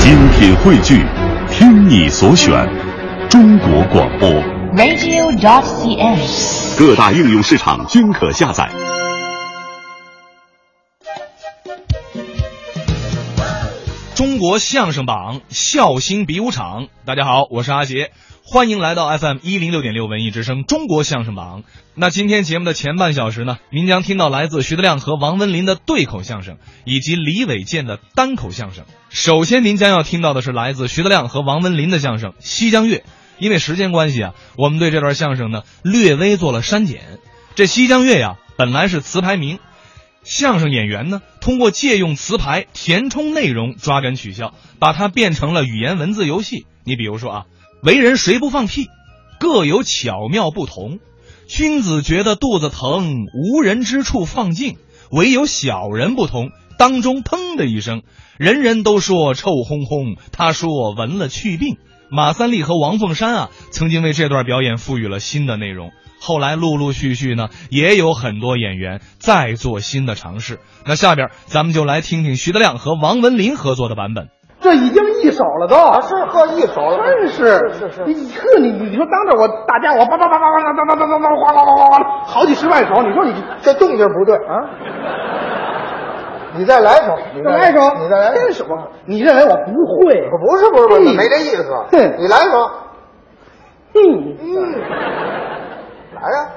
精品汇聚，听你所选，中国广播。 radio.cn。各大应用市场均可下载。中国相声榜笑星比武场，大家好，我是阿杰，欢迎来到 FM 一零六点六文艺之声中国相声榜。那今天节目的前半小时呢，您将听到来自徐德亮和王文林的对口相声，以及李伟健的单口相声。首先，您将要听到的是来自徐德亮和王文林的相声《西江月》。因为时间关系啊，我们对这段相声呢略微做了删减。这《西江月》呀，本来是词牌名，相声演员呢，通过借用词牌填充内容，抓紧取笑，把它变成了语言文字游戏。你比如说啊，为人谁不放屁，各有巧妙不同。君子觉得肚子疼，无人之处放尽，唯有小人不同。当中腾的一声，人人都说臭烘烘，他说闻了去病。马三立和王凤山啊，曾经为这段表演赋予了新的内容。后来陆陆续续呢，也有很多演员在做新的尝试。那下边咱们就来听听徐德亮和王文林合作的版本。这已经一手了都，啊，是喝一手了，真是是是是你呵，你你说当着我大家，我叭叭叭叭叭叭叭叭叭叭哗哗哗哗哗，好几十万手，你说你这动静不对啊！你再来一首，你再来一首，你再来一真首，是我，你认为我不会？我不是不是不嗯是，没这意思。哼你来一首，嗯，嗯，来呀，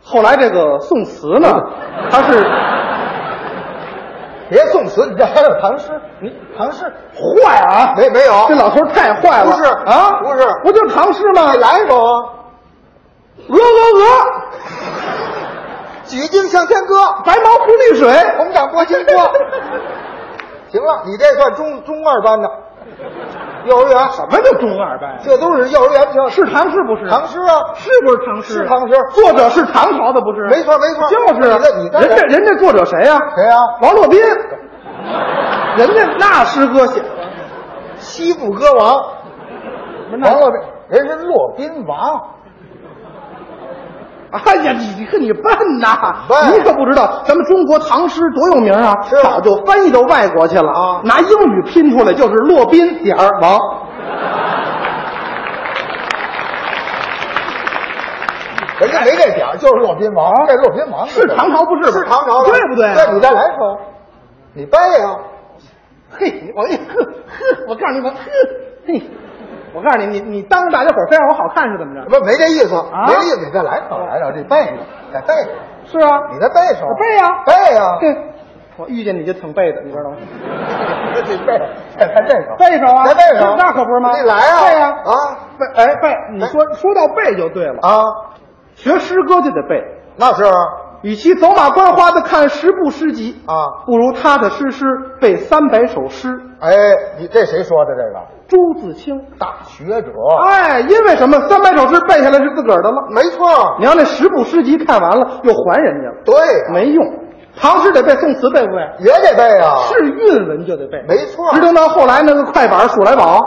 后来这个宋词呢，他是别宋词，你这还有唐诗，你唐诗坏啊，没没有这老头太坏了，不是啊，不是不就是唐诗吗？你来一首啊，鹅鹅举镜向天鹅，歌，白毛浮绿水，红掌拨清波。行了，你这算中中二班的，幼儿园什什么叫中二呗？这都是幼儿园教是唐诗不是？唐诗啊，是不是唐诗？是唐诗作者是唐朝的，不是？没错没错就是啊你再你再人家人家作者谁呀、啊谁啊呀王洛宾，人家那诗歌写的，西部歌王，那王洛宾，人是洛宾王。哎呀，你你看你笨呐！笨你可不知道，咱们中国唐诗多有名啊！是啊早就翻译到外国去了啊拿英语拼出来就是洛宾点儿王。人家没这点儿，就是骆宾王，这骆宾王啊是唐朝不是是唐朝的，对不对对，你再来一首，你背啊，嘿，我呵呵， 我告诉你，我呵 嘿，我告诉你，你你当着大家伙儿非让我好看是怎么着？不没这意思，啊没这意思，你再来一首，来一首，这背一首，再背一是首，啊，你再背一首，我背啊背啊，对，我遇见你就挺背的，你知道吗？你背，再来这首，背一首啊，再背一首，那可不是吗？你来啊，背啊，啊背，哎背，你说说到背就对了，啊，学诗歌就得背。那是与其走马观花的看十部诗集啊不如踏踏实实背三百首诗。哎，你这谁说的这个？朱自清，大学者，哎，因为什么？三百首诗背下来是自个儿的了。没错，你要那十部诗集看完了又还人家了，对啊，没用。唐诗得背，宋词背不背？也得背啊，是韵文就得背，没错直等到后来那个快板数来宝，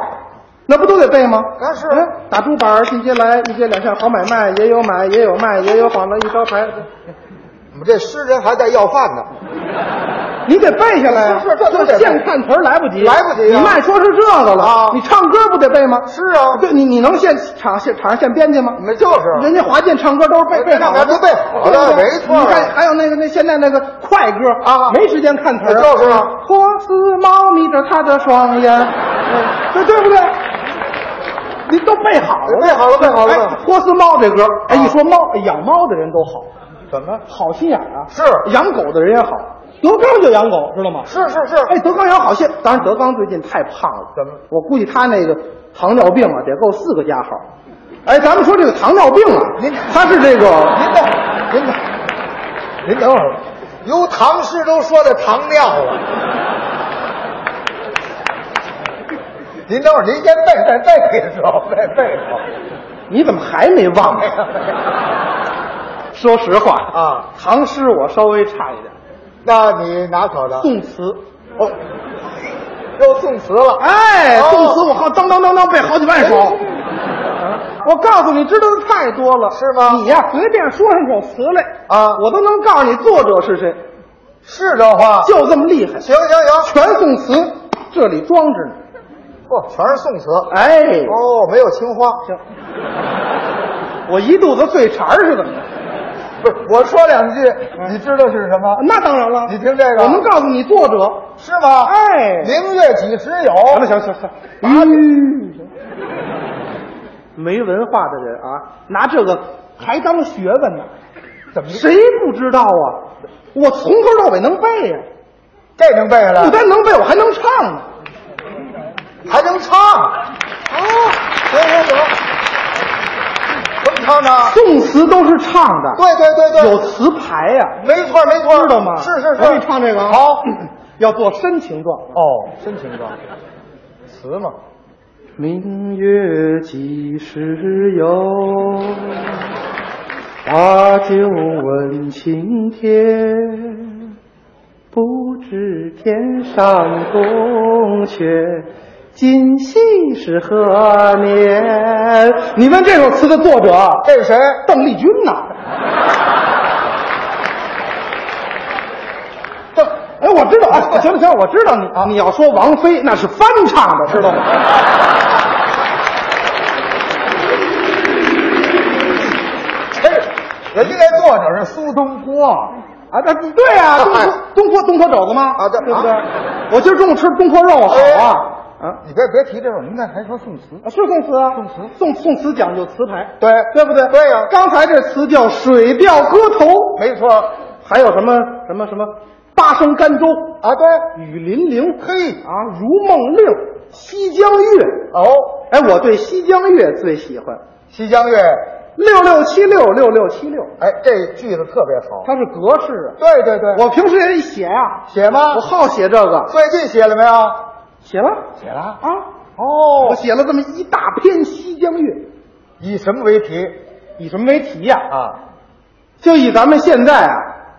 那不都得背吗？那是哎打竹板儿进街来，一街两巷好买卖，也有买也有卖，也有绑了一招牌，我们这诗人还在要饭呢，你得背下来啊！是是这都得这背现看词儿来不及，来不及啊你慢说是这个了，啊你唱歌不得背吗？是啊对你你能现场现场上现编去吗？你们就是啊人家华健唱歌都是背人背家好的，都背好的对不对没错啊你看还有那个那现在那个快歌啊没时间看词儿，就是啊波斯猫眯着它的双 眼，嗯对对不对？你都背好了，背好了背好了啊哎背好了波斯猫这歌，哎，一说猫养猫的人都好，怎么？好心眼儿啊，是养狗的人也好，德纲就养狗，知道吗？是是是，哎，德纲养好些，当然德纲最近太胖了，怎么我估计他那个糖尿病啊，得够四个加号。哎，咱们说这个糖尿病啊，您他是这个，您等，您等，您等会儿吧，由唐诗都说的糖尿了。 您等会儿，您先背再背一首，背背一首你怎么还没忘啊？说实话，啊。唐诗我稍微差一点，那你哪考的？宋词，哦，又宋词了。哎，哦宋词我好当当当当背好几万首。嗯我告诉你，知道的太多了，是吗你呀，随便说上首词来哦啊我都能告诉你作者是谁，是这话。就这么厉害。行行行，全宋词这里装着呢。哦，全是宋词。哎，哦，没有青花。行，我一肚子醉茬儿是怎么的？不是，我说两句，你知道是什么？那当然了，你听这嗯个啊我能告诉你作者。是吗？哎明月几时有？行了，行了行了行了，嗯，行 没文化的人啊，拿这个还当学问呢？怎么谁不知道啊？我从头到尾能背呀、这能背下来不？单能背，我还能唱呢。还能唱？哦，行行行，怎么唱呢？宋词都是唱的，对对对对，有词牌呀、没错没错，知道吗？是是是，我给你唱这个啊。好，要做深情状。哦，深情歌，词嘛，明月几时有？把酒问青天，不知天上宫阙，今夕是何年？你问这首词的作者，啊这是谁？邓丽君呐？这哎，我知道，哎，行了行了，我知道你啊，你要说王菲那是翻唱的，知道吗？这人家那作者是苏东坡，啊，那对 呀、东坡东坡东坡肘子吗？哎啊对对不对啊？哎我今儿中午吃东坡肉好啊，啊，你别别提这种，您那还说宋词？啊是宋词啊，宋词宋宋词讲究词牌，对对不对？对呀刚才这词叫《水调歌头》，没错还有什么什么什么八声甘州、啊，对，雨霖铃嘿，啊、如梦令、西江月。哦，哎，我对西江月最喜欢，西江月，六六七六六六七六，哎，这句子特别好。它是格式啊。对对对，我平时也写呀、写吗？我好写这个，最近写了没啊有？写了写了啊。我哦，写了这么一大篇《西江月》，以什么为题以什么为题呀、啊？就以咱们现在啊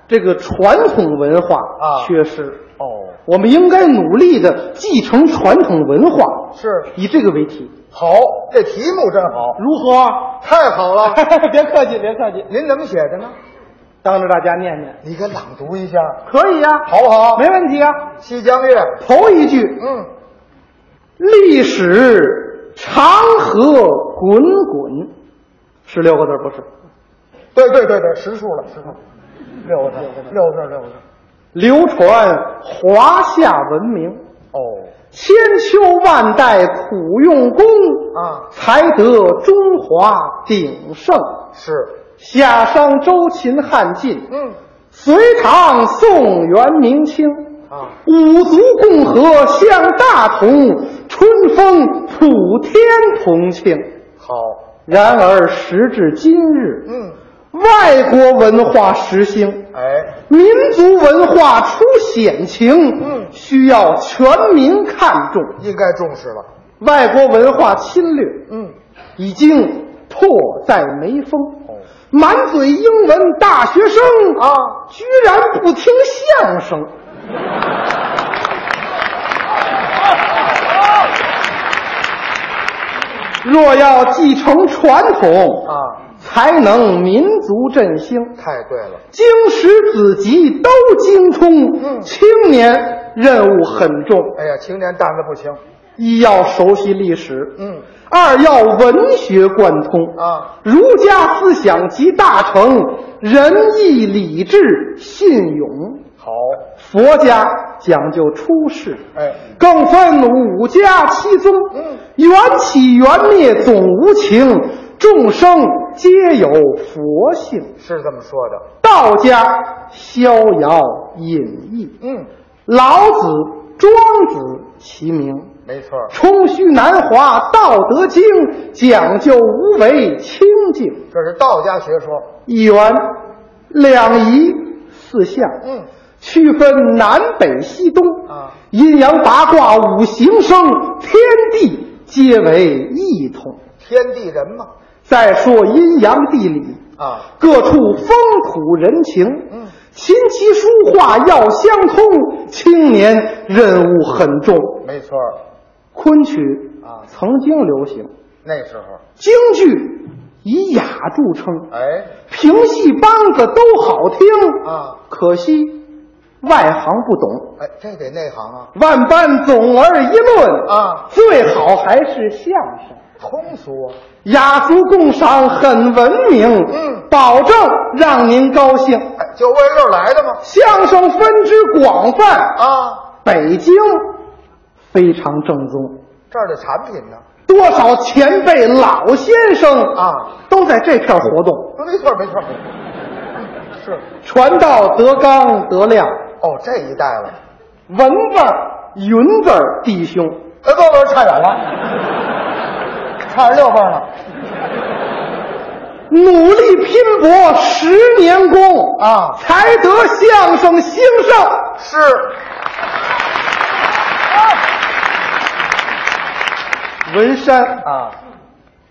这个传统文化啊缺失，哦，我们应该努力的继承传统文化，是以这个为题，好，这题目真好，如何？ 太好 了。别客气，别客气，您怎么写的呢？当着大家念念，你给朗读一下，可以呀、好不好？没问题啊。西江月，头一句，嗯，历史长河滚滚，十六个字儿不是？对对对对，实数了，实数，六个字，六个字，六个字。流传华夏文明。哦，千秋万代苦用功啊才得中华鼎盛。是，夏商周秦汉晋，嗯，隋唐宋元明清，啊，五族共和向大同，春风普天同庆。好，然而时至今日，嗯，外国文化时兴，哎，民族文化出险情，嗯需要全民看重。应该重视了。外国文化侵略，嗯，已经迫在眉峰哦。满嘴英文大学生啊，居然不听相 声。若要继承传统啊，才能民族振兴。太对了，经史子集都精通，嗯青年任务很重，哎呀，青年担子不轻。一要熟悉历史，嗯，二要文学贯通啊，儒家思想集大成，仁义礼智信勇；好，佛家讲究出世，哎，更分五家七宗，嗯缘起缘灭总无情，众生皆有佛性。是这么说的。道家逍遥隐逸，嗯，老子、庄子齐名。没错儿，冲虚南华《道德经》讲究无为清净，这是道家学说。一元、两仪、四象，嗯，区分南北西东啊阴阳八卦、五行生，天地皆为一统。天地人嘛。再说阴阳地理，啊，各处风土人情，嗯，琴棋书画要相通，青年任务很重。没错儿，昆曲啊曾经流行。那时候，京剧以雅著称，哎，评戏梆子都好听啊，可惜外行不懂，哎，这得内行啊，万般总而一论啊最好还是相声，通俗啊，雅俗共赏，很文明，嗯保证让您高兴。哎，就为这儿来的嘛。相声分支广泛，啊，北京非常正宗，这儿的产品呢，多少前辈老先生啊，都在这片儿活动，没错没错 没错，是传道德纲德量，哦，这一代了，文字儿云字儿弟兄，哎，不不，差远了，差十六分了努力拼搏十年功，啊，才得相声兴盛。是。文山、啊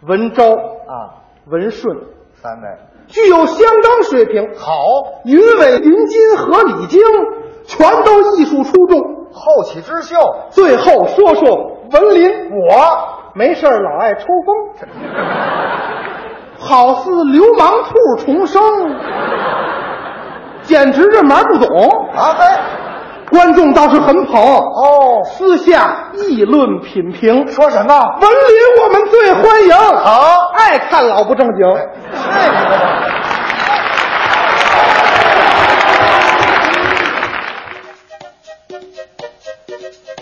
文昭、啊，文顺三位具有相当水平，好，云伟、云金和李菁全都艺术出众。后起之秀，最后说说文林，我没事儿老爱抽风，好似流氓兔重生，简直这门不懂。啊嘿，观众倒是很捧，哦，私下议论品评，文说什么？林我们最欢迎，好爱看老不正经。哎是你的。